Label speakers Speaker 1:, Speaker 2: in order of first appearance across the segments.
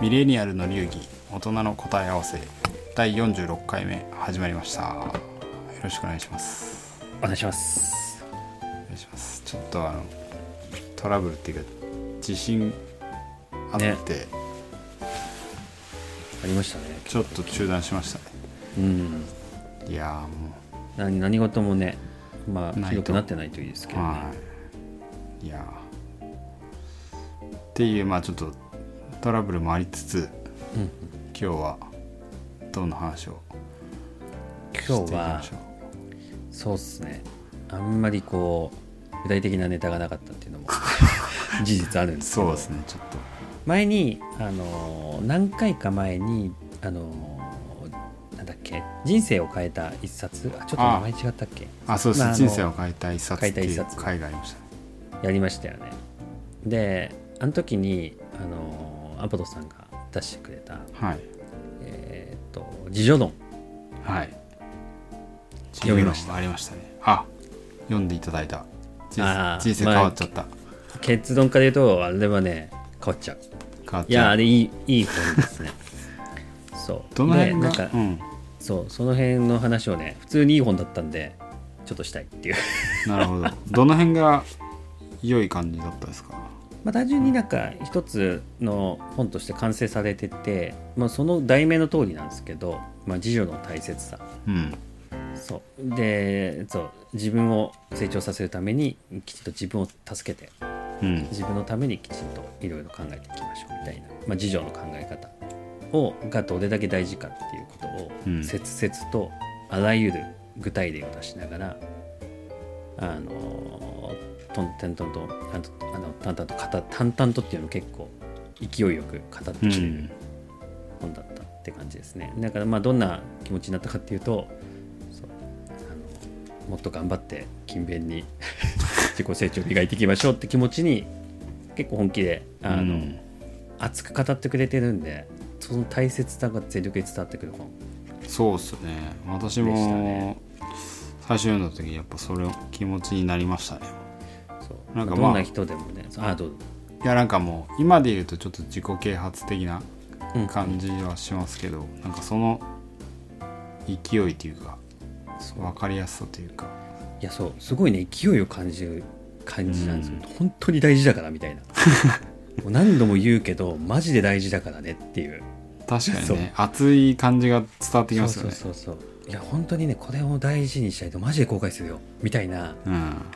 Speaker 1: ミレニアルの流儀大人の答え合わせ第46回目始まりましたよろしくお願いします
Speaker 2: お願いします
Speaker 1: お願いしますちょっとあのトラブルっていうか自信あって、
Speaker 2: ねありましたね
Speaker 1: ちょっと中断しました
Speaker 2: うん
Speaker 1: ねいやーも
Speaker 2: 何何事もねまあ
Speaker 1: ないと
Speaker 2: ひどくなってないといいですけ
Speaker 1: う
Speaker 2: どね
Speaker 1: はいいやーっていうまあちょっとトラブルもありつつ
Speaker 2: うん
Speaker 1: 今日はどんな話をし
Speaker 2: 今日
Speaker 1: ていき
Speaker 2: は
Speaker 1: ましょう
Speaker 2: そうっすねあんまりこう具体的なネタがなかったっ ていうのも事実あるんですけ
Speaker 1: そう
Speaker 2: ど
Speaker 1: ですねちょっと
Speaker 2: 前にあのー何回か前にあのーなんだっけ人生を変えた一冊あちょっと名前違ったっけ
Speaker 1: あそうです、
Speaker 2: まああの
Speaker 1: 人生を変えた一冊
Speaker 2: 変
Speaker 1: って
Speaker 2: えた一
Speaker 1: いう
Speaker 2: 冊
Speaker 1: 回がありましたね
Speaker 2: やりましたよねであの時にあのーアポドさんが出してくれた
Speaker 1: はい
Speaker 2: えーっと自助論
Speaker 1: はい
Speaker 2: 読みました
Speaker 1: ありましたねあ読んでいただいた人
Speaker 2: あ
Speaker 1: 生人
Speaker 2: ー
Speaker 1: 生変わっちゃった、
Speaker 2: 結論から言うとあれはね変わっちゃう
Speaker 1: 変わっ
Speaker 2: い
Speaker 1: ち
Speaker 2: や
Speaker 1: ゃ
Speaker 2: あ
Speaker 1: う
Speaker 2: れいいいい本ですね そう
Speaker 1: どの辺
Speaker 2: で
Speaker 1: が
Speaker 2: なんか、
Speaker 1: うん、
Speaker 2: そうその辺の話をね普通にいい本だったんでちょっとしたいっていう
Speaker 1: なるほどどの辺が良い感じだったですか
Speaker 2: まあ単純になんか一つの本として完成されてて、まあ、その題名の通りなんですけど「まあ、自助の大切さ」
Speaker 1: うん
Speaker 2: そうでそう自分を成長させるためにきちんと自分を助けて
Speaker 1: うん
Speaker 2: 自分のためにきちんといろいろ考えていきましょうみたいな、まあ、自助の考え方をがどれだけ大事かっていうこと
Speaker 1: う
Speaker 2: を
Speaker 1: ん
Speaker 2: 切々とあらゆる具体例を出しながら、あのーとんてんとんとんあのあの淡々と語淡々とっていうのも結構勢いよく語って
Speaker 1: う
Speaker 2: きてる
Speaker 1: ん
Speaker 2: 本だったって感じですねだからまあどんな気持ちになったかっていうとそうあのもっと頑張って勤勉に 自己成長を磨いていきましょうって気持ちに結構本気であ
Speaker 1: う
Speaker 2: の、
Speaker 1: ん
Speaker 2: 熱く語ってくれてるんでその大切さが全力で伝わってくる本
Speaker 1: そうっすね私
Speaker 2: でした
Speaker 1: も
Speaker 2: ね
Speaker 1: 最初読んだ時やっぱそれを気持ちになりましたね
Speaker 2: そう
Speaker 1: なんかまあ
Speaker 2: どんな人でもねそうあどうぞ
Speaker 1: いやなんかもう今で言うとちょっと自己啓発的な
Speaker 2: うん
Speaker 1: 感じはしますけど、なんかその勢いというか
Speaker 2: そう
Speaker 1: 分かりやすさというか
Speaker 2: いやそうすごいね勢いを感じる感じなんですよ、本当に大事だからみた いなもう何度も言うけどマジで大事だからねっていう
Speaker 1: 確か
Speaker 2: そ
Speaker 1: に
Speaker 2: う
Speaker 1: ね熱い感じが伝わってきますよねう、
Speaker 2: そうそうそうそういや本当にねこれを大事にしたいとマジで後悔するよみたいなん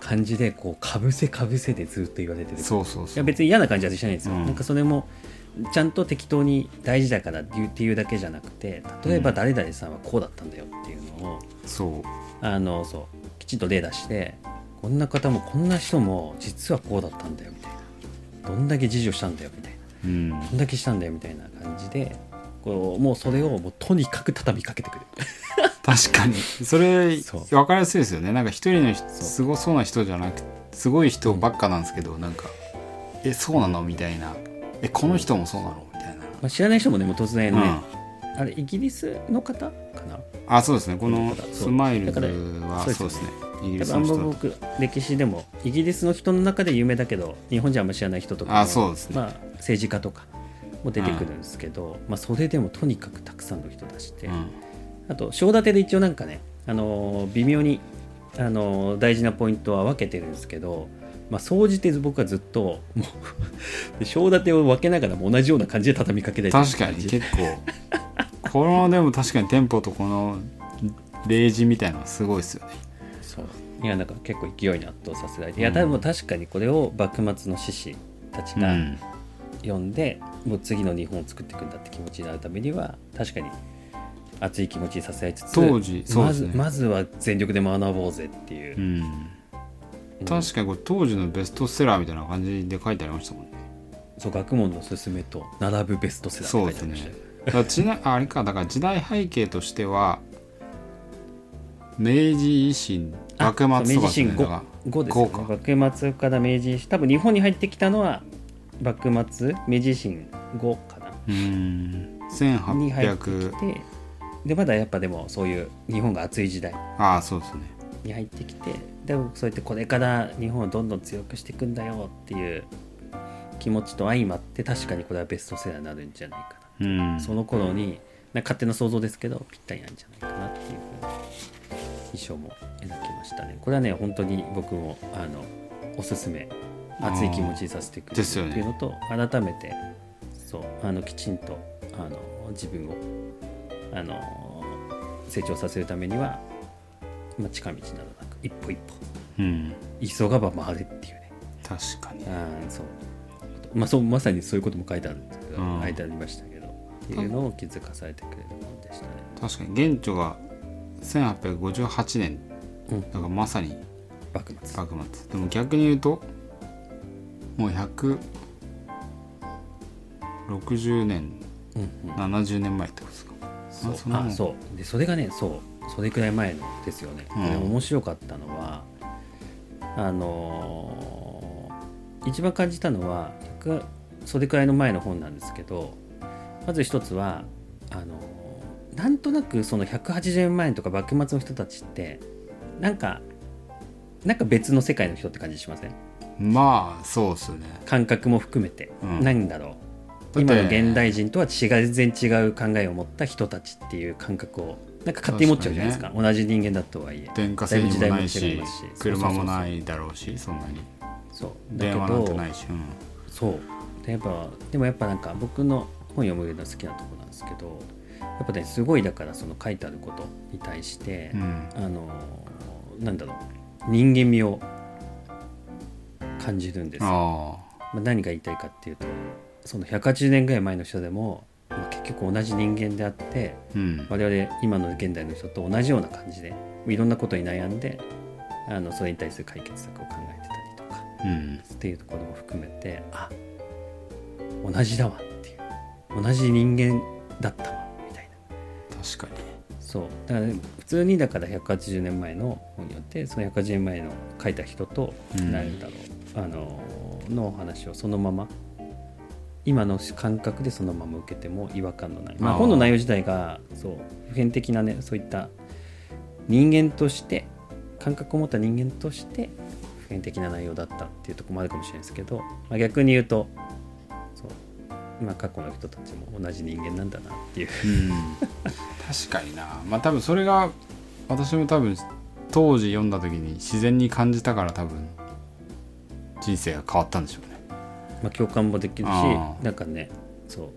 Speaker 2: 感じでこうかぶせかぶせでずっと言われてる
Speaker 1: そうそうそう
Speaker 2: や別に嫌な感じはしないんですよ、
Speaker 1: うん
Speaker 2: なんかそれもちゃんと適当に大事だからっていうっていうだけじゃなくて例えば
Speaker 1: うん
Speaker 2: 誰々さんはこうだったんだよっていうのを、
Speaker 1: そう
Speaker 2: あのそうきちんと例出してこんな方もこんな人も実はこうだったんだよみたいなどんだけ自助したんだよみたいな
Speaker 1: うん
Speaker 2: どんだけしたんだよみたいな感じでこうもうそれをもうとにかく畳みかけてくる
Speaker 1: 確かにそれ
Speaker 2: そう
Speaker 1: 分かりやすいですよねなんか一人のひ
Speaker 2: そう
Speaker 1: すごそうな人じゃなくすごい人ばっかなんですけどなんか「えそうなの?」みたいな「えこの人もそうなの?」みたいな、
Speaker 2: まあ、知らない人もねもう突然ね、
Speaker 1: うん
Speaker 2: あれイギリスの方かな
Speaker 1: あそうですねこの
Speaker 2: だからそう
Speaker 1: スマイル
Speaker 2: だ
Speaker 1: ズ
Speaker 2: から
Speaker 1: は
Speaker 2: そうです
Speaker 1: そうですねイギ
Speaker 2: 多
Speaker 1: リス
Speaker 2: 分あん
Speaker 1: の
Speaker 2: ま
Speaker 1: 人だと
Speaker 2: 僕歴史でもイギリスの人の中で有名だけど日本人はあんま知らない人とかも
Speaker 1: あそうですね
Speaker 2: まあ、政治家とかも出てくるんですけど、まあ、それでもとにかくたくさんの人出して、
Speaker 1: うん
Speaker 2: あと正立てで一応なんかね、あのー微妙に、あのー大事なポイントは分けてるんですけどまあ総じて僕はずっともう 正立てを分けながらも同じような感じで畳みかけたりと
Speaker 1: 確かに結構このでも確かにテンポとこの例示みたいなのすごいですよね
Speaker 2: そういやなんか結構勢いに圧倒させられて、いや多分確かにこれを幕末の志士たちが
Speaker 1: うん
Speaker 2: 読んで、もう次の日本を作っていくんだって気持ちになるためには確かに熱い気持ちにさせられつつ
Speaker 1: 当時そう
Speaker 2: ま
Speaker 1: です
Speaker 2: ず
Speaker 1: ね
Speaker 2: まずは全力で学ぼうぜっていう、
Speaker 1: うん
Speaker 2: うん
Speaker 1: 確かにこれ当時のベストセラーみたいな感じで書いてありましたもんね
Speaker 2: そう学問の勧めと並ぶベストセラー
Speaker 1: そう
Speaker 2: っ
Speaker 1: で
Speaker 2: て書い
Speaker 1: すね
Speaker 2: てありましたよ
Speaker 1: だからちな あれかだから時代背景としては明治維新
Speaker 2: あ
Speaker 1: 幕末とか
Speaker 2: そう明治維
Speaker 1: ですね
Speaker 2: 新
Speaker 1: だから
Speaker 2: 5, 5です
Speaker 1: 五か
Speaker 2: ね幕末から明治維新多分日本に入ってきたのは幕末明治維新後かな
Speaker 1: うん
Speaker 2: に入って
Speaker 1: 1800
Speaker 2: きてでまだやっぱでもそういう日本が熱い時代
Speaker 1: ああそうですね
Speaker 2: に入ってきてでもそうやってこれから日本をどんどん強くしていくんだよっていう気持ちと相まって確かにこれはベストセラーになるんじゃないか
Speaker 1: うん
Speaker 2: なその頃になんか勝手な想像ですけどぴったりなんじゃないかなっていう印象も描きましたねこれはね本当に僕もあのおすすめ熱い気持ちにさせてくれる
Speaker 1: ですよ
Speaker 2: っ
Speaker 1: ね
Speaker 2: ていうのと、改めてそうあのきちんとあの自分をあの成長させるためには、まあ、近道などなく一歩一
Speaker 1: うん
Speaker 2: 歩急がば回れっていうね
Speaker 1: 確かに
Speaker 2: うんそうまあ、そうまさにそういうことも書いてあるんですけど、
Speaker 1: うん
Speaker 2: 書いてありましたけどっていうのを気づかされてくれるものでしたね。
Speaker 1: 確かに元著が1858年
Speaker 2: うん
Speaker 1: だからまさに
Speaker 2: 幕末
Speaker 1: 幕末でも逆に言うともう160年
Speaker 2: うん
Speaker 1: 70年前ってことですか
Speaker 2: そ
Speaker 1: あ
Speaker 2: う
Speaker 1: そんなもん
Speaker 2: あそうでそれがねそうそれくらい前のですよね、
Speaker 1: うん
Speaker 2: で面白かったのはあのー一番感じたのは100それくらいの前の本なんですけどまず一つはあのーなんとなくその180年前とか幕末の人たちってなんかなんか別の世界の人って感じしません
Speaker 1: まあそうっすよね
Speaker 2: 感覚も含めて、
Speaker 1: うん
Speaker 2: なんだろう
Speaker 1: だって
Speaker 2: 今の現代人とは違う全然違う考えを持った人たちっていう感覚をなんか勝手に持っちゃうじゃないですか同じ人間だとはいえ
Speaker 1: 電化製品もない
Speaker 2: だいぶ違
Speaker 1: し
Speaker 2: いますし
Speaker 1: 車もな
Speaker 2: そう
Speaker 1: いだろうしそんなに
Speaker 2: そうだけ
Speaker 1: 電話なんて
Speaker 2: ど
Speaker 1: ないし、うん
Speaker 2: そうでやっぱでもやっぱなんか僕の本読むの好きなところなんですけどやっぱねすごいだからその書いてあることに対して、
Speaker 1: うん
Speaker 2: あのなんだろう人間味を感じるんですよ
Speaker 1: あ
Speaker 2: まあ、何が言いたいかっていうとその180年ぐらい前の人でも、まあ、結局同じ人間であって
Speaker 1: あうん
Speaker 2: 我々今の現代の人と同じような感じでいろんなことに悩んであのそれに対する解決策を考えてたりとか
Speaker 1: うん
Speaker 2: っていうところも含めてあ同じだわっていう同じ人間だったわみたいな
Speaker 1: 確かに
Speaker 2: そうだから、ね、普通にだから180年前の本によってその180年前の書いた人と
Speaker 1: うん
Speaker 2: 何だろう、あののお話をそのまま今の感覚でそのまま受けても違和感のない、まあ、
Speaker 1: あー
Speaker 2: 本の内容自体がそう普遍的なねそういった人間として感覚を持った人間として普遍的な内容だったっていうところもあるかもしれないですけど、まあ、逆に言うとそう今過去の人たちも同じ人間なんだなっていう。
Speaker 1: うん確かになまあ多分それが私も多分当時読んだ時に自然に感じたから多分人生が変わったんでしょうね
Speaker 2: まあ、共感もできるし
Speaker 1: あー
Speaker 2: なんかねそう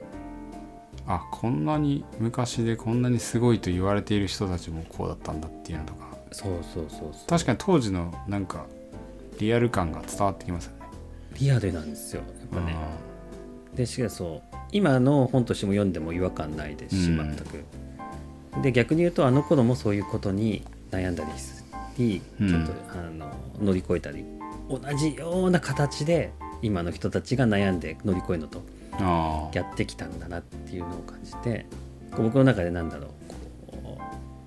Speaker 1: あこんなに昔でこんなにすごいと言われている人たちもこうだったんだっていうのとか
Speaker 2: そうそうそうそう
Speaker 1: 確かに当時のなんかリアル感が伝わってきますよね
Speaker 2: リアルなんですよやっぱね、でしかもそう今の本としても読んでも違和感ないですし
Speaker 1: う
Speaker 2: 全
Speaker 1: ん
Speaker 2: く、で逆に言うとあの頃もそういうことに悩んだりしちょ
Speaker 1: う
Speaker 2: っ
Speaker 1: ん
Speaker 2: と、あの乗り越えたり同じような形で今の人たちが悩んで乗り越えるのと
Speaker 1: うんあ
Speaker 2: やってきたんだなっていうのを感じてこう僕の中でなんだろうこ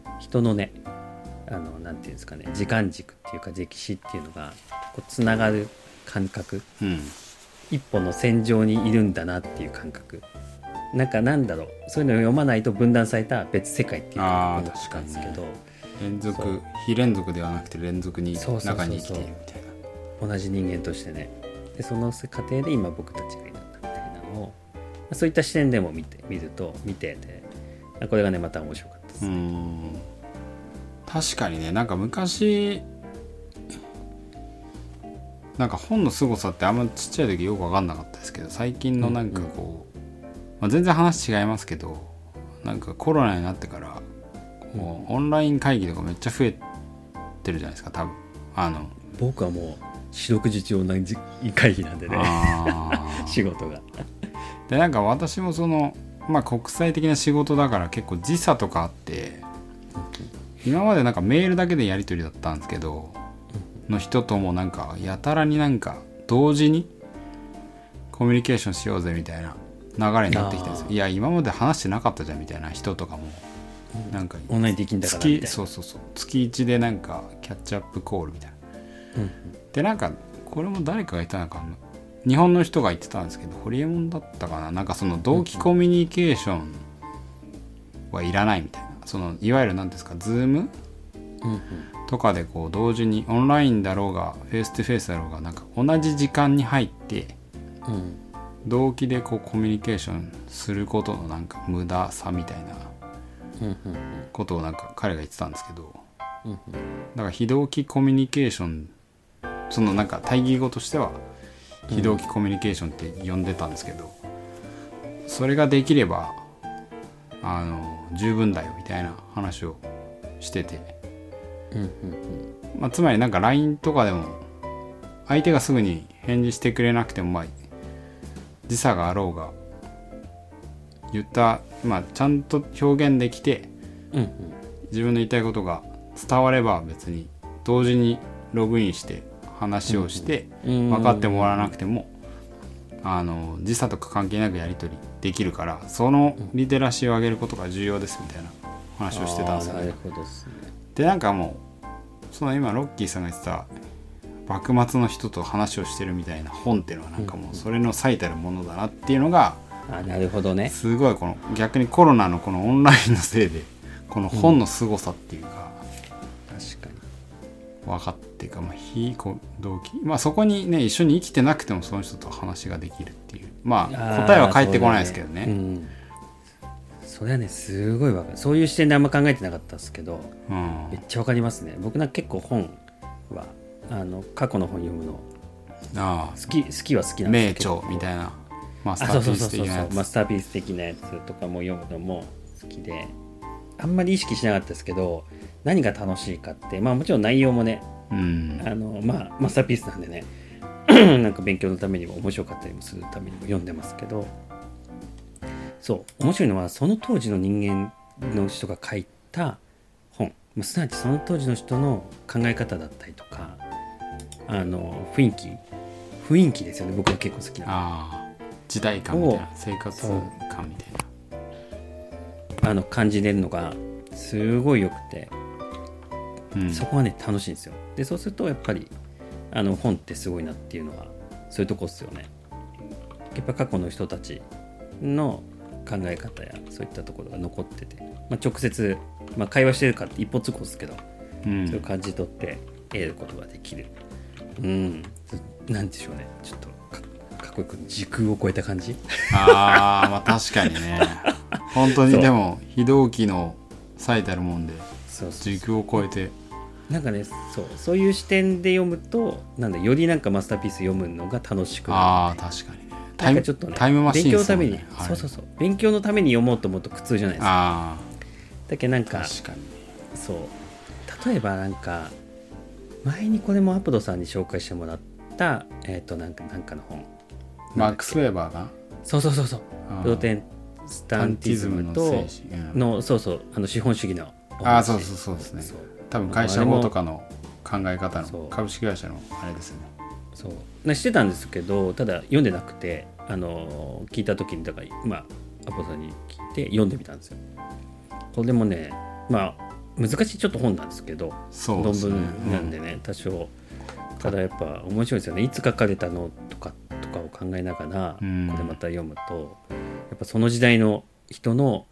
Speaker 2: う人のねあのなんていうんですかね時間軸っていうか歴史っていうのがこうつながる感覚
Speaker 1: ーうん
Speaker 2: 一本の線上にいるんだなっていう感覚なんかなんだろうそういうのを読まないと分断された別世界っていう
Speaker 1: あ
Speaker 2: 感
Speaker 1: ー
Speaker 2: 覚だったんですけど、
Speaker 1: 連
Speaker 2: そ
Speaker 1: 続
Speaker 2: う
Speaker 1: 非連続ではなくて連続に
Speaker 2: そうそうそうそう
Speaker 1: 中に生きているみたいな
Speaker 2: 同じ人間としてねでその過程で今僕たちがいるんだみたいなのをまあそういった視点でも見て見ると見ててあこれがねまた面白かったです
Speaker 1: うーん確かにねなんか昔なんか本の凄さってあんまちっちゃい時よく分かんなかったですけど最近のなんかこう、まあ、全然話違いますけどなんかコロナになってからこうオンライン会議とかめっちゃ増えてるじゃないですか多分あの
Speaker 2: 僕はもう四六時中同じ会議なんでね
Speaker 1: あー
Speaker 2: 仕事が
Speaker 1: でなんか私もそのまあ国際的な仕事だから結構時差とかあって今までなんかメールだけでやり取りだったんですけどの人ともなんかやたらになんか同時にコミュニケーションしようぜみたいな流れになってきたんですよ
Speaker 2: あー
Speaker 1: いや今まで話してなかったじゃんみたいな人とかもなんか
Speaker 2: オンラインできんだから
Speaker 1: 月
Speaker 2: みたいな
Speaker 1: そうそうそう月1でなんかキャッチアップコールみたいな
Speaker 2: うん
Speaker 1: でなんかこれも誰かが言ったのかな日本の人が言ってたんですけどホリエモンだったかななんかその同期コミュニケーションはいらないみたいなそのいわゆる何ですかズーム
Speaker 2: うんうん
Speaker 1: とかでこう同時にオンラインだろうがフェイストゥフェイスだろうがなんか同じ時間に入って
Speaker 2: うん
Speaker 1: 動機でこうコミュニケーションすることのなんか無駄さみたいな
Speaker 2: うんうん
Speaker 1: ことをなんか彼が言ってたんですけど
Speaker 2: うん
Speaker 1: だから非同期コミュニケーションそのなんか対義語としては非同期コミュニケーションって呼んでたんですけど、それができればあの十分だよみたいな話をしてて、
Speaker 2: うんうん
Speaker 1: まあ、つまりなんか LINE とかでも相手がすぐに返事してくれなくてもまあ時差があろうが言った、まあ、ちゃんと表現できて
Speaker 2: うんうん
Speaker 1: 自分の言いたいことが伝われば別に同時にログインして話をして
Speaker 2: うん
Speaker 1: 分かってもらわなくてもあの時差とか関係なくやり取りできるからそのリテラシーを上げることが重要ですみたいな話をしてたんですよ
Speaker 2: あーな
Speaker 1: ね
Speaker 2: る。ほどですね
Speaker 1: でなんかもうその今ロッキーさんが言ってた幕末の人と話をしてるみたいな本っていうのはなんかもうそれの最たるものだなっていうのが
Speaker 2: あなるほどね
Speaker 1: すごいこの逆にコロナのこのオンラインのせいでこの本の凄さっていうか、
Speaker 2: 確かに
Speaker 1: 分かってか、まあ、非同期、まあ、そこにね一緒に生きてなくてもその人と話ができるっていうまあ答えは返ってこないですけどね
Speaker 2: あーそうだうんそれはねすごいわかるそういう視点であんま考えてなかったですけど
Speaker 1: うん
Speaker 2: めっちゃわかりますね僕なんか結構本はあの過去の本読むの
Speaker 1: あ
Speaker 2: 好き好きは好き
Speaker 1: あ
Speaker 2: なんで
Speaker 1: 名
Speaker 2: すけど
Speaker 1: 著みたいなマスタ
Speaker 2: あ
Speaker 1: ー
Speaker 2: そう
Speaker 1: ピ
Speaker 2: そ
Speaker 1: ー
Speaker 2: うそ
Speaker 1: ス
Speaker 2: う
Speaker 1: 的
Speaker 2: そう
Speaker 1: なやつ
Speaker 2: マスターピース的なやつとかも読むのも好きであんまり意識しなかったですけど何が楽しいかってまあもちろん内容もね
Speaker 1: うん
Speaker 2: あのまあマスターピースなんでね なんか勉強のためにも面白かったりもするためにも読んでますけどそう面白いのはその当時の人間の人が書いた本まあすなわちその当時の人の考え方だったりとかあの雰囲気雰囲気ですよね僕は結構好きな
Speaker 1: ああ時代感みたいな生活
Speaker 2: そう
Speaker 1: 感みたいな
Speaker 2: あの感じれるのがすごいよくて
Speaker 1: うん
Speaker 2: そこはね楽しいんですよでそうするとやっぱりあの本ってすごいなっていうのはそういうとこっすよねやっぱ過去の人たちの考え方やそういったところが残ってて、まあ、直接、まあ、会話してるかって一歩通行ですけど、
Speaker 1: う
Speaker 2: それを
Speaker 1: ん、
Speaker 2: 感じ取って得ることができるうん何でしょうねちょっとかかっこよく時空を超えた 感じ
Speaker 1: ああまあ確かにね 本当に
Speaker 2: そう
Speaker 1: でも非同期の最たるもんで
Speaker 2: そうそう
Speaker 1: 時空を超えて
Speaker 2: なんかねそうそういう視点で読むとなんだよりなんかマスターピース読むのが楽しくな
Speaker 1: ああ確かにね
Speaker 2: るなんかちょっとね
Speaker 1: タイムマシーン
Speaker 2: 勉強の
Speaker 1: です
Speaker 2: た
Speaker 1: も
Speaker 2: め
Speaker 1: ん
Speaker 2: に、
Speaker 1: ねあれ
Speaker 2: そうそうそう勉強のために読もうと思うと苦痛じゃないですか
Speaker 1: あ
Speaker 2: だけどなん
Speaker 1: あ
Speaker 2: か
Speaker 1: 確かに
Speaker 2: そう例えばなんか前にこれもアプドさんに紹介してもらったえっ、となんかなんかの本
Speaker 1: マックス・ウェーバーな
Speaker 2: そうそうそうそう
Speaker 1: あー
Speaker 2: ローテンスタンティズム
Speaker 1: タ
Speaker 2: と
Speaker 1: ンティズムの精神うん
Speaker 2: のそうそうあの資本主義のお話
Speaker 1: ああそうそうそうですね
Speaker 2: そう
Speaker 1: 多分会社法とかの考え方
Speaker 2: そ
Speaker 1: の
Speaker 2: う
Speaker 1: 株式会社のあれですよね
Speaker 2: そうなしてたんですけどただ読んでなくてあの聞いた時にだからまあアポさんに聞いて読んでみたんですよこれもねまあ難しいちょっと本なんですけど
Speaker 1: そうですね
Speaker 2: 論文なんでね、多少ただやっぱ面白いですよねいつ書かれたのとかとかを考えながら、
Speaker 1: うん
Speaker 2: これまた読むとやっぱその時代の人の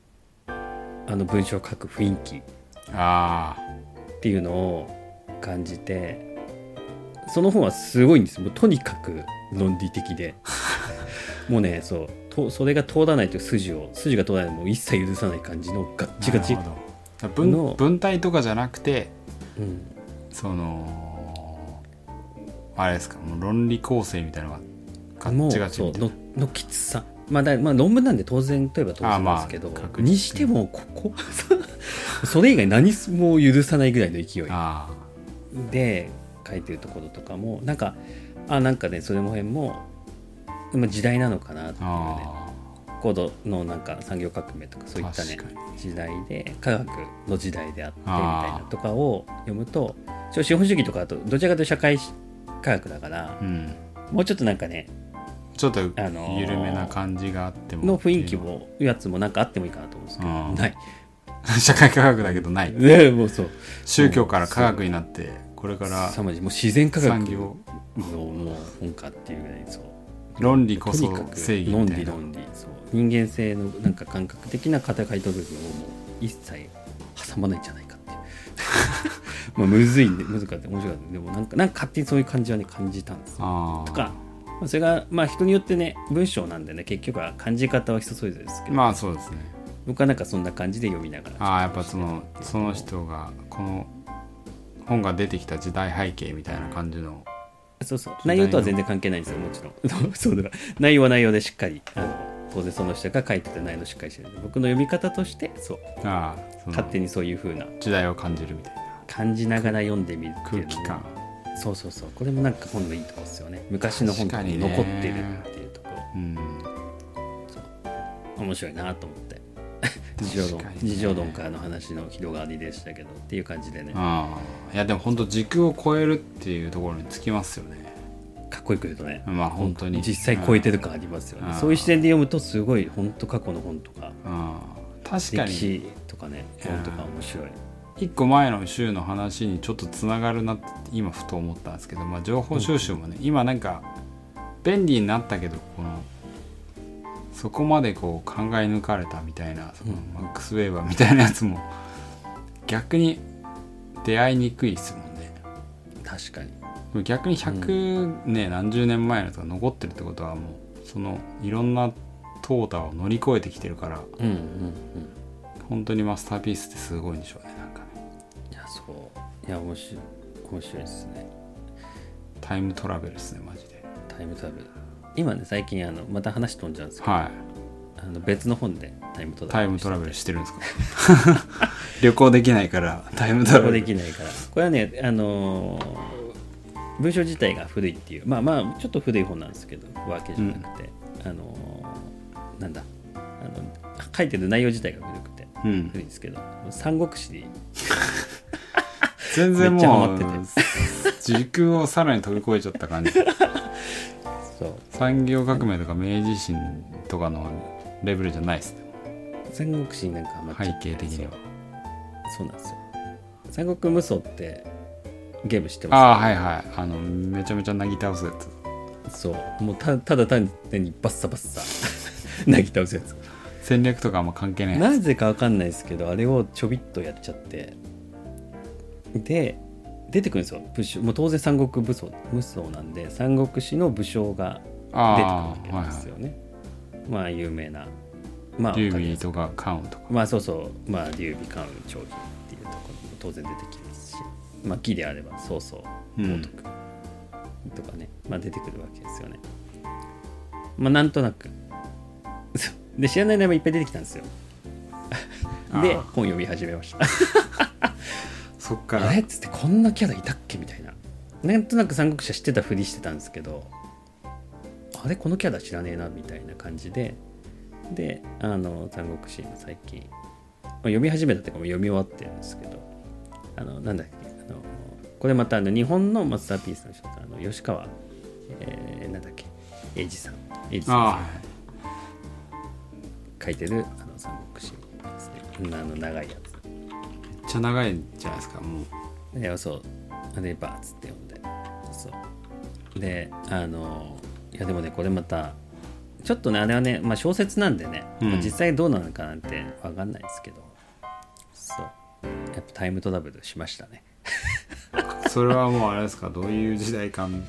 Speaker 2: あの文章を書く雰囲気
Speaker 1: うんあ
Speaker 2: っていうのを感じてその本はすごいんですよもうとにかく論理 的でもうねそうとそれが通らないという筋を筋が通らないのもう一切許さない感じのガッ
Speaker 1: あ
Speaker 2: チガチ
Speaker 1: なる、ほど
Speaker 2: の
Speaker 1: 分分体とかじゃなくて
Speaker 2: うん、
Speaker 1: そのあれですかもう論理構成みたいなのがガッチガチ
Speaker 2: も
Speaker 1: み
Speaker 2: う
Speaker 1: た
Speaker 2: そ
Speaker 1: いうな
Speaker 2: ののきつさまあだまあ論文なんで当然といえば当
Speaker 1: あ
Speaker 2: 然
Speaker 1: まあ
Speaker 2: ですけど、
Speaker 1: 確実
Speaker 2: にしてもここ それ以外何も許さないぐらいの勢い
Speaker 1: あ
Speaker 2: で書いてるところとかもなんかあなんかねそれも辺もまあ時代なのかなって
Speaker 1: あ
Speaker 2: いうね
Speaker 1: あ
Speaker 2: 高度のなんか産業革命とかそういったね
Speaker 1: 確か
Speaker 2: 時代で科学の時代であってみたい
Speaker 1: あー
Speaker 2: なとかを読むとちょ資本主義とかだとどちらかというと社会科学だから
Speaker 1: ーうん
Speaker 2: もうちょっとなんかね
Speaker 1: ちょっと緩
Speaker 2: あのー
Speaker 1: めな感じがあっても
Speaker 2: の雰囲気もやつもなんかあってもいいかなと思うんですけど
Speaker 1: うん
Speaker 2: ない
Speaker 1: 社会科学だけどない
Speaker 2: ねもうそう
Speaker 1: 宗教から科学になってこれから
Speaker 2: さまじいもう自然科学
Speaker 1: 産
Speaker 2: の
Speaker 1: 業
Speaker 2: もう本かっていうぐらいそう
Speaker 1: 論理ことそ
Speaker 2: にかく
Speaker 1: 正義
Speaker 2: 論
Speaker 1: みた
Speaker 2: 理
Speaker 1: いな
Speaker 2: 論理そう人間性のなんか感覚的な方がいた時ももう一切挟まないんじゃないかっていう まあむずいんでむずかって面白かったでもなんかなんか勝手にそういう感じはね感じたんですよ
Speaker 1: ああ
Speaker 2: とかまあそれがまあ人によってね文章なんでね結局は感じ方は人それぞれですけど、
Speaker 1: まあそうですね
Speaker 2: 僕はなんかそんな感じで読みながら
Speaker 1: ああやっぱそのその人がこの本が出てきた時代背景みたいな感じの
Speaker 2: そうそう
Speaker 1: 代
Speaker 2: 内
Speaker 1: の
Speaker 2: 容とは全然関係ないんですよも ちろんそうそうだ内容は内容でしっかりあの当然その人が書いてた内容をしっかりしてるんで僕の読み方としてそう
Speaker 1: ああそ
Speaker 2: 勝
Speaker 1: の
Speaker 2: 手にそういう風な
Speaker 1: 時代を感じるみたいな
Speaker 2: 感じながら読んでみるって
Speaker 1: 空
Speaker 2: いうのも
Speaker 1: 気感
Speaker 2: そうそうそうこれもなんか本のいいとこですよね昔の本とかに
Speaker 1: 確か
Speaker 2: 残っ
Speaker 1: にね
Speaker 2: てるっていうところ
Speaker 1: うん
Speaker 2: 面白いなと思って
Speaker 1: 確
Speaker 2: 自情論
Speaker 1: かにね
Speaker 2: 自情論からの話の広がりでしたけどっていう感じでね
Speaker 1: ああいやでも本当時空を超えるっていうところにつきますよね
Speaker 2: かっこよく言うとね
Speaker 1: まあ本当に
Speaker 2: 実際超えてる感ありますよ
Speaker 1: うん
Speaker 2: ねそういう視点で読むとすごい本当過去の本とか
Speaker 1: ああ確か
Speaker 2: 歴
Speaker 1: に
Speaker 2: 史とかね本とか面白い
Speaker 1: 一個前の週の話にちょっとつながるなって今ふと思ったんですけど、まあ、情報収集もね、今なんか便利になったけどこのそこまでこう考え抜かれたみたいなそのマックス・ウェーバーみたいなやつも逆に出会いにくいですもんね
Speaker 2: 確かに
Speaker 1: 逆に100、ね何十年前のやつが残ってるってことはもうそのいろんな淘汰を乗り越えてきてるから
Speaker 2: うんうんうん
Speaker 1: 本当にマスターピースってすごいんでしょうねなんかね
Speaker 2: いやそういや面白い面白いですね
Speaker 1: タイムトラベルですねマジで
Speaker 2: タイムトラベル今ね最近あのまた話飛んじゃうんですけど、
Speaker 1: はい
Speaker 2: あの別の本でタイムトラ
Speaker 1: タ
Speaker 2: ベ
Speaker 1: イ
Speaker 2: ル
Speaker 1: ムトラベルしてるんですか 旅行できないからタイムトラベ
Speaker 2: で
Speaker 1: ル
Speaker 2: きないからこれはねあのー文章自体が古いっていうまあまあちょっと古い本なんですけどわけじゃなくて、あのーなんだあの書いてる内容自体が古くて
Speaker 1: うん
Speaker 2: 古いんですけど「三国志」に
Speaker 1: 全然
Speaker 2: めっちゃハ
Speaker 1: も
Speaker 2: マ
Speaker 1: う
Speaker 2: ってて
Speaker 1: 時空をさらに飛び越えちゃった 感じ
Speaker 2: そう
Speaker 1: 産業革命とか明治維新とかのレベルじゃないですね
Speaker 2: 三国志になんかハマっちゃ
Speaker 1: 背
Speaker 2: って
Speaker 1: 景的には
Speaker 2: そうなんですよ三国無双ってゲーム知ってます
Speaker 1: ああはいはいあのめちゃめちゃなぎ倒すやつ
Speaker 2: そうもうたただ単にバッサバッサ なぎ倒すやつ
Speaker 1: 戦略とかあんま関係ない
Speaker 2: なぜかわかんないですけどあれをちょびっとやっちゃってで出てくるんですよ武将もう当然三国武装無双なんで三国志の武将が出てくる
Speaker 1: あ
Speaker 2: わ
Speaker 1: あは
Speaker 2: けですよねまあ有名なまあ
Speaker 1: いはい劉
Speaker 2: わかり
Speaker 1: 備
Speaker 2: やすい
Speaker 1: とか関羽とか
Speaker 2: まあそうそうまあ劉備関羽長義っていうところも当然出てきますしまあ義であれば曹操
Speaker 1: う
Speaker 2: 道
Speaker 1: ん
Speaker 2: 徳とかね、まあ出てくるわけですよねまあなんとなく そうで知らない名前もいっぱい出てきたんですよ
Speaker 1: あ
Speaker 2: で
Speaker 1: ー
Speaker 2: 本読み始めました
Speaker 1: そっから
Speaker 2: あれっつってこんなキャラいたっけみたいななんとなく三国志は知ってたふりしてたんですけどあれこのキャラ知らねえなみたいな感じでであの三国志の最近まあ読み始めたっていうかもう読み終わってるんですけどあのなんだっけあのこれまたあの日本のマスターピースの人あの吉川、えーなんだっけ英二さん英二さん
Speaker 1: あ
Speaker 2: が書いてるあの三国志ですねあの長いやつ
Speaker 1: あめっちゃ長いんじゃないですかもう
Speaker 2: いやそうあれバーっつって読んでそうであのいやでもねこれまたちょっとねあれはね、まあ、小説なんでね、
Speaker 1: うん
Speaker 2: まあ実際どうなのかなんて分かんないですけどそうやっぱタイムトラベルしましたね
Speaker 1: それはもうあれですかどういう時代感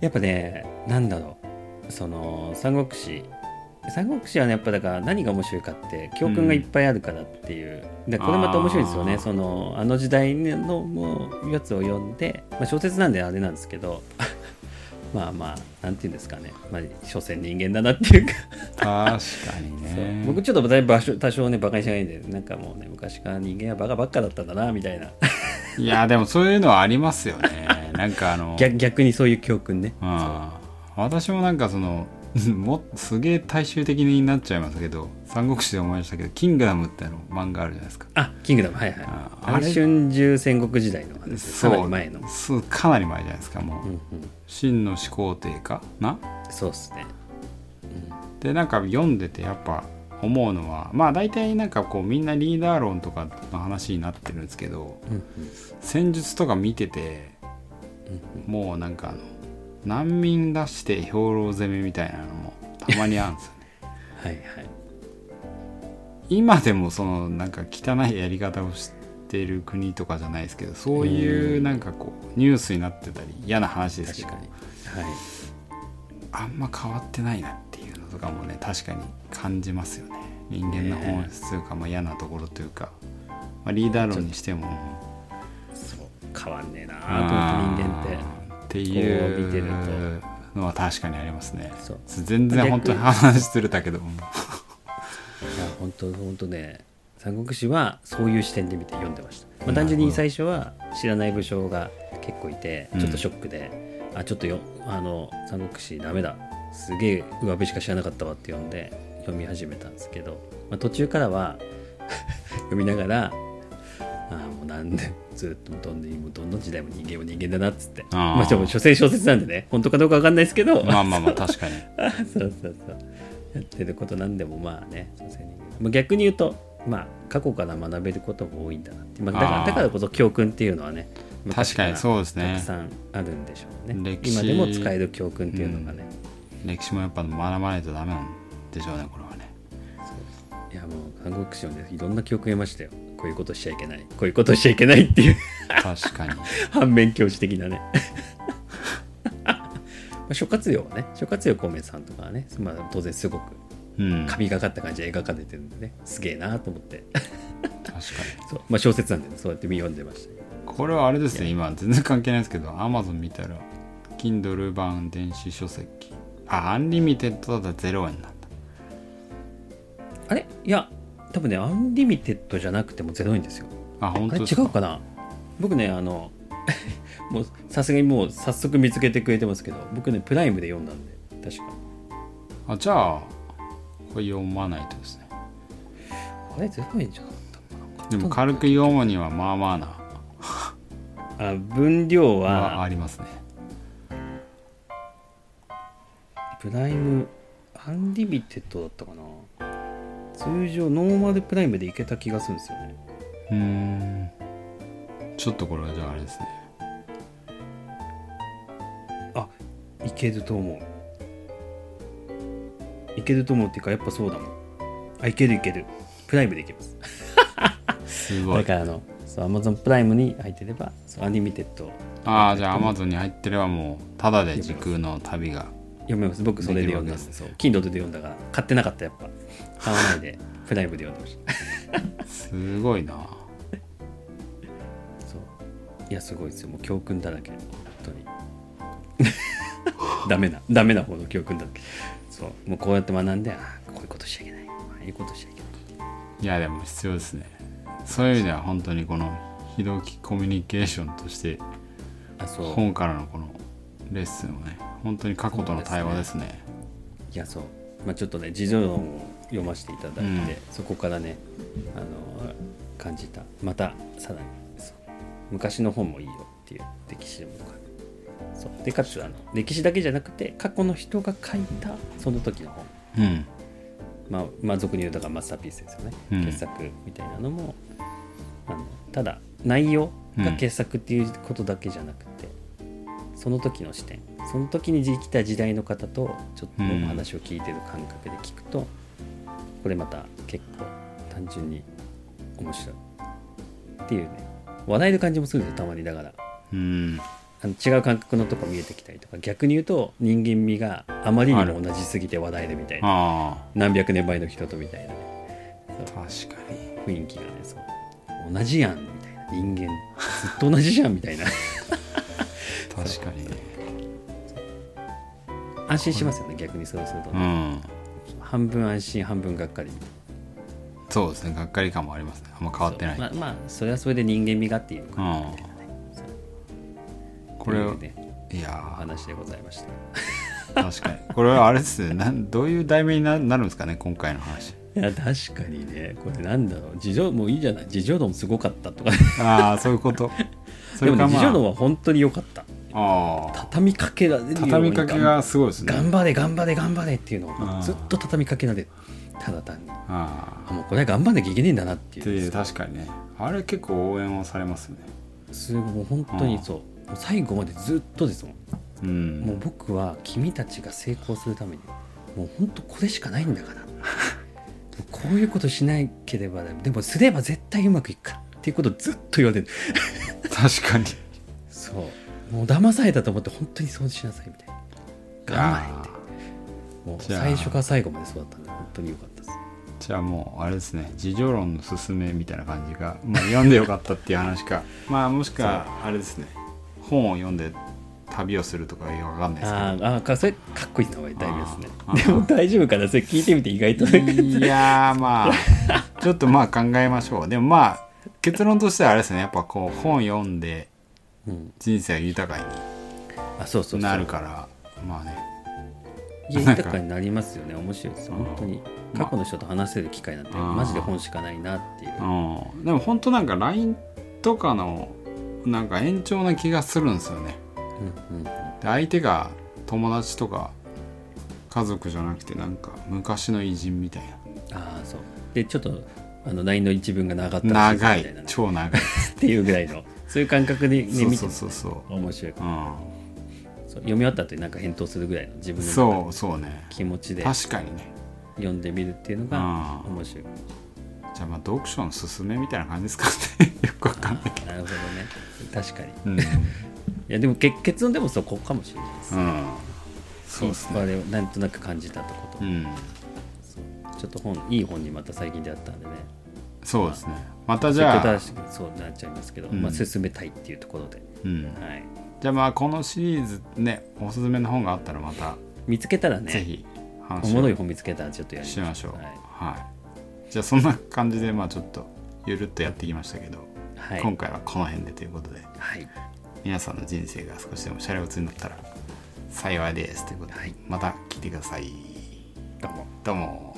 Speaker 2: やっぱねなんだろうその三国志三国志はねやっぱだから何が面白いかって教訓がいっぱいあるからっていう、でこれまた面白いですよ
Speaker 1: あ
Speaker 2: ね
Speaker 1: ー
Speaker 2: そのあの時代のもうやつを読んで、まあ、小説なんであれなんですけど まあまあなんていうんですかね、まあ、所詮人間だなっていうか
Speaker 1: 確かにね
Speaker 2: 僕ちょっとだいぶ場所多少ねバカにしないんでなんかもうね昔から人間はバカばっかだったんだなみたいない
Speaker 1: やでもそういうのはありますよ ねなんかあの
Speaker 2: 逆逆にそういう教訓ね
Speaker 1: うん私もなんかその もすげえ大衆的になっちゃいますけど三国志で思いましたけど「キングダム」ってあの漫画あるじゃないですか
Speaker 2: あキングダムはいはい
Speaker 1: あー
Speaker 2: あれ
Speaker 1: あれ
Speaker 2: 春秋戦国時代の話ですかなり前の
Speaker 1: そうかなり前じゃないですかもう、
Speaker 2: うんうん
Speaker 1: 秦の始皇帝かな
Speaker 2: そうっすね。
Speaker 1: でなんか読んでてやっぱ思うのはまあ大体なんかこうみんなリーダー論とかの話になってるんですけど、
Speaker 2: うん
Speaker 1: 戦術とか見てて、もうなんかあの難民出して兵糧攻めみたいなのもたまにあるんですよね
Speaker 2: はいはい。
Speaker 1: 今でもそのなんか汚いやり方をしてる国とかじゃないですけどそういうなんかこうニュースになってたり嫌な話ですけ
Speaker 2: 確
Speaker 1: ど
Speaker 2: かに。はい。
Speaker 1: あんま変わってないなっていうのとかもね確かに感じますよね人間の本質というか、まあ、嫌なところというか、まあ、リーダー論にしても
Speaker 2: そう変わんねえなあと思って人間って
Speaker 1: あーっていう
Speaker 2: こう見てる
Speaker 1: のは確かにありますね
Speaker 2: そう
Speaker 1: 全然本当に話するだけども
Speaker 2: いや本当本当ね三国志はそういう視点で見て読んでました、ま
Speaker 1: なる
Speaker 2: あ、
Speaker 1: ほど
Speaker 2: 単純に最初は知らない武将が結構いて
Speaker 1: うん
Speaker 2: ちょっとショックで、あちょっとよあの三国志ダメだすげえ上辺しか知らなかったわって読んで読み始めたんですけど、まあ、途中からは 読みながらあーもう何年ずっとどんどんもうどんどん時代も人間も人間だなっつって
Speaker 1: あー
Speaker 2: まあでも所詮小説なんでね本当かどうか分かんないですけど、
Speaker 1: まあまあまあ確かに
Speaker 2: そうそうそうやってることなんでもまあねそうそうまあ逆に言うとまあ過去から学べることも多いんだなって、まあ、だか
Speaker 1: あー
Speaker 2: らだからこそ教訓っていうのはね
Speaker 1: 確かにそうです
Speaker 2: たく
Speaker 1: ね
Speaker 2: さんあるんでしょうね
Speaker 1: 歴史
Speaker 2: 今でも使える教訓っていうのがね、
Speaker 1: 歴史もやっぱ学ばないとダメなんでしょうねこれはね
Speaker 2: いやもう韓国史をねいろんな教訓得ましたよこういうことしちゃいけないこういうことしちゃいけないっていう
Speaker 1: 確かに
Speaker 2: 反面教師的なねまあ諸葛亮はね諸葛亮孔明さんとかはね、まあ、当然すごく
Speaker 1: うん確か
Speaker 2: 神がかった感じで描かれてるんでねすげえなと思って
Speaker 1: に
Speaker 2: そうまあ、小説なんでね、そうやって読んでましたけど
Speaker 1: これはあれですね今全然関係ないですけど Amazon 見たら Kindle 版電子書籍あアンリミテッドだったら0円なんだ
Speaker 2: あれいや多分ねアンリミテッドじゃなくてもゼロ円ですよ
Speaker 1: あ本
Speaker 2: あれ
Speaker 1: 当で
Speaker 2: 違
Speaker 1: すか
Speaker 2: うかな僕ねあの もうさすがにもう早速見つけてくれてますけど僕ねプライムで読んだんで確か
Speaker 1: あじゃあこれ読まないとですね
Speaker 2: あれゼロ円じゃなかったかな
Speaker 1: でも軽く読むにはまあまあな
Speaker 2: あ分量
Speaker 1: ま
Speaker 2: は
Speaker 1: あありますね
Speaker 2: プライムアンリミテッドだったかな通常ノーマルプライムでいけた気がするんですよね
Speaker 1: うーんちょっとこれはじゃああれですね
Speaker 2: あいけると思ういけると思うっていうかやっぱそうだもんあいけるいけるプライムでいけます
Speaker 1: すご
Speaker 2: だ
Speaker 1: い
Speaker 2: からあのそう Amazon プライムに入ってればそうアニメテッド
Speaker 1: ああじゃあ Amazon に入ってればもうただで時空の旅が
Speaker 2: 読めます僕それで読んだん
Speaker 1: できるわけで
Speaker 2: ですすそう Kindle で読んだから買ってなかったやっぱ買わないでプライムで読んでました
Speaker 1: すごいな
Speaker 2: そういやすごいですよもう教訓だらけ本当に ダメなダメな方の教訓だらけそうもうこうやって学んであーこういうことしちゃいけないああいうことしちゃいけない
Speaker 1: いやでも必要ですねそういう意味では本当にこの非同期コミュニケーションとして
Speaker 2: あそう
Speaker 1: 本からのこのレッスンをね本当に過去との対話ですね
Speaker 2: いやそう、まあ、ちょっとね自助論を読ませていただいて、
Speaker 1: うん
Speaker 2: そこからねあの感じたまたさらにそう昔の本もいいよっていう歴史でもそうでかつあの歴史だけじゃなくて過去の人が書いたその時の本、
Speaker 1: うん
Speaker 2: まあ、まあ俗に言うだからマスターピースですよね、
Speaker 1: うん
Speaker 2: 傑作みたいなのもあのただ内容が傑作っていうことだけじゃなくて、その時の視点その時に生きた時代の方とちょっ
Speaker 1: う
Speaker 2: と
Speaker 1: ん
Speaker 2: お話を聞いてる感覚で聞くと、これまた結構単純に面白いっていうね笑える感じもするんですよたまにだから
Speaker 1: うん
Speaker 2: あの違う感覚のとこ見えてきたりとか逆に言うと人間味があまりにも同じすぎて笑えるみたいな
Speaker 1: あ
Speaker 2: 何百年前の人とみたいな
Speaker 1: あ確かに
Speaker 2: 雰囲気がねそう同じやんみたいな人間ずっと同じじゃんみ たいな
Speaker 1: 確かにね
Speaker 2: 安心しますよね逆にそうすると
Speaker 1: う
Speaker 2: ね、
Speaker 1: ん
Speaker 2: 半分安心半分がっかりみたいな
Speaker 1: そうですねがっかり感もありますねあんま変わってない、
Speaker 2: そうまあまあそれはそれで人間味がっていうのかな
Speaker 1: うんこれ
Speaker 2: と
Speaker 1: を
Speaker 2: いうね
Speaker 1: い
Speaker 2: お
Speaker 1: や
Speaker 2: 話でございました
Speaker 1: ー確かにこれはあれですね なんどういう題名にななるんですかね今回の話
Speaker 2: いや確かにねこれなんだろう自助もういいじゃない自助論すごかったとか、
Speaker 1: ああそういう ことそ
Speaker 2: で
Speaker 1: れ
Speaker 2: もね
Speaker 1: か
Speaker 2: 自
Speaker 1: ま
Speaker 2: 助論
Speaker 1: あ
Speaker 2: は本当に良かった
Speaker 1: ああ
Speaker 2: 畳みかけられるように
Speaker 1: 畳みかけがすごいですね
Speaker 2: 頑張れ頑張れ頑張れっていうのをずっと畳みかけられるただ単に
Speaker 1: あ
Speaker 2: あもうこれは頑張んなきゃいけねえんだなって
Speaker 1: あ
Speaker 2: い
Speaker 1: で
Speaker 2: う
Speaker 1: 確かにねあれ結構応援はされますね
Speaker 2: すごいもう本当にそうもう最後までずっとですもん、
Speaker 1: うん
Speaker 2: もう僕は君たちが成功するためにもう本当これしかないんだからもうこういうことしなければでもすれば絶対うまくいくからっていうことをずっと言われる
Speaker 1: 確かに
Speaker 2: そうもう騙されたと思って本当にそうしなさいみたいな頑張れってもう
Speaker 1: じゃあ
Speaker 2: 最初から最後までそうだったんで本当に良かったです
Speaker 1: じゃあもうあれですね自助論の勧めみたいな感じが、まあ、読んでよかったっていう話か まあもしくはあれですね本を読んで旅をするとかよくわかんないですけど
Speaker 2: あーあーかそれかっこいいのがだいぶですね
Speaker 1: あー
Speaker 2: でも大丈夫かなそれ聞いてみて意外となんか
Speaker 1: いやーまあ ちょっとまあ考えましょうでもまあ結論としてはあれですねやっぱこう本読んで
Speaker 2: うん、
Speaker 1: 人生が豊か
Speaker 2: あそうそうそう
Speaker 1: になるからまあね
Speaker 2: いや豊かになりますよね面白いですよ本当に
Speaker 1: まあ
Speaker 2: 過去の人と話せる機会なんて
Speaker 1: うん
Speaker 2: マジで本しかないなっていう
Speaker 1: うんでも本当なんか LINE とかのなんか延長な気がするんですよね
Speaker 2: うんうん
Speaker 1: で相手が友達とか家族じゃなくてなんか昔の偉人みたい
Speaker 2: ああそうでちょっとあの LINE の一文が長かった
Speaker 1: な
Speaker 2: らしです
Speaker 1: 長
Speaker 2: みたい ないね
Speaker 1: 超長い
Speaker 2: っていうぐらいのそういう感覚で、ね、
Speaker 1: そう
Speaker 2: 見
Speaker 1: そ
Speaker 2: て
Speaker 1: うそうそ
Speaker 2: 面白いか
Speaker 1: う、
Speaker 2: も
Speaker 1: う
Speaker 2: そう読み終わった後になんか返答するぐらいの自
Speaker 1: ん、
Speaker 2: 分の
Speaker 1: そうそうね
Speaker 2: 気持ちで
Speaker 1: 確かにね
Speaker 2: 読んでみるっていうの
Speaker 1: う
Speaker 2: が
Speaker 1: ん
Speaker 2: 面白いかもし
Speaker 1: じゃあまあ読書の勧めみたいな感じですかね よくわ
Speaker 2: れ
Speaker 1: か
Speaker 2: な
Speaker 1: ん
Speaker 2: い
Speaker 1: ない、
Speaker 2: あーなるほどね確かにい
Speaker 1: うん、
Speaker 2: やでも結結論でもそこかもしれないです、
Speaker 1: うん、そうですね
Speaker 2: あれをなんとなく感じたとこと、
Speaker 1: うん
Speaker 2: そうちょっと本いい本にまた最近出会ったんでね
Speaker 1: そうですねまたじ
Speaker 2: じゃ
Speaker 1: ゃ
Speaker 2: あ
Speaker 1: あ、
Speaker 2: そうなっちゃいますけど、
Speaker 1: うん
Speaker 2: まあ、進めたいっていうところで、
Speaker 1: うん、
Speaker 2: はい、
Speaker 1: じゃあまあこのシリーズねおすすめの本があったらまた
Speaker 2: 見つけたら
Speaker 1: ぜ
Speaker 2: ね
Speaker 1: ひ話
Speaker 2: お
Speaker 1: を
Speaker 2: もろい本見つけたらちょっとやり
Speaker 1: しましょう。
Speaker 2: は
Speaker 1: はいい、じゃあそんな感じでまあちょっとゆるっとやってきましたけど、
Speaker 2: はい、
Speaker 1: 今回はこの辺でということで
Speaker 2: はい、
Speaker 1: 皆さんの人生が少しでもシャレオツになったら幸いですということで、
Speaker 2: はい
Speaker 1: また来てください。
Speaker 2: どうも。
Speaker 1: どうも。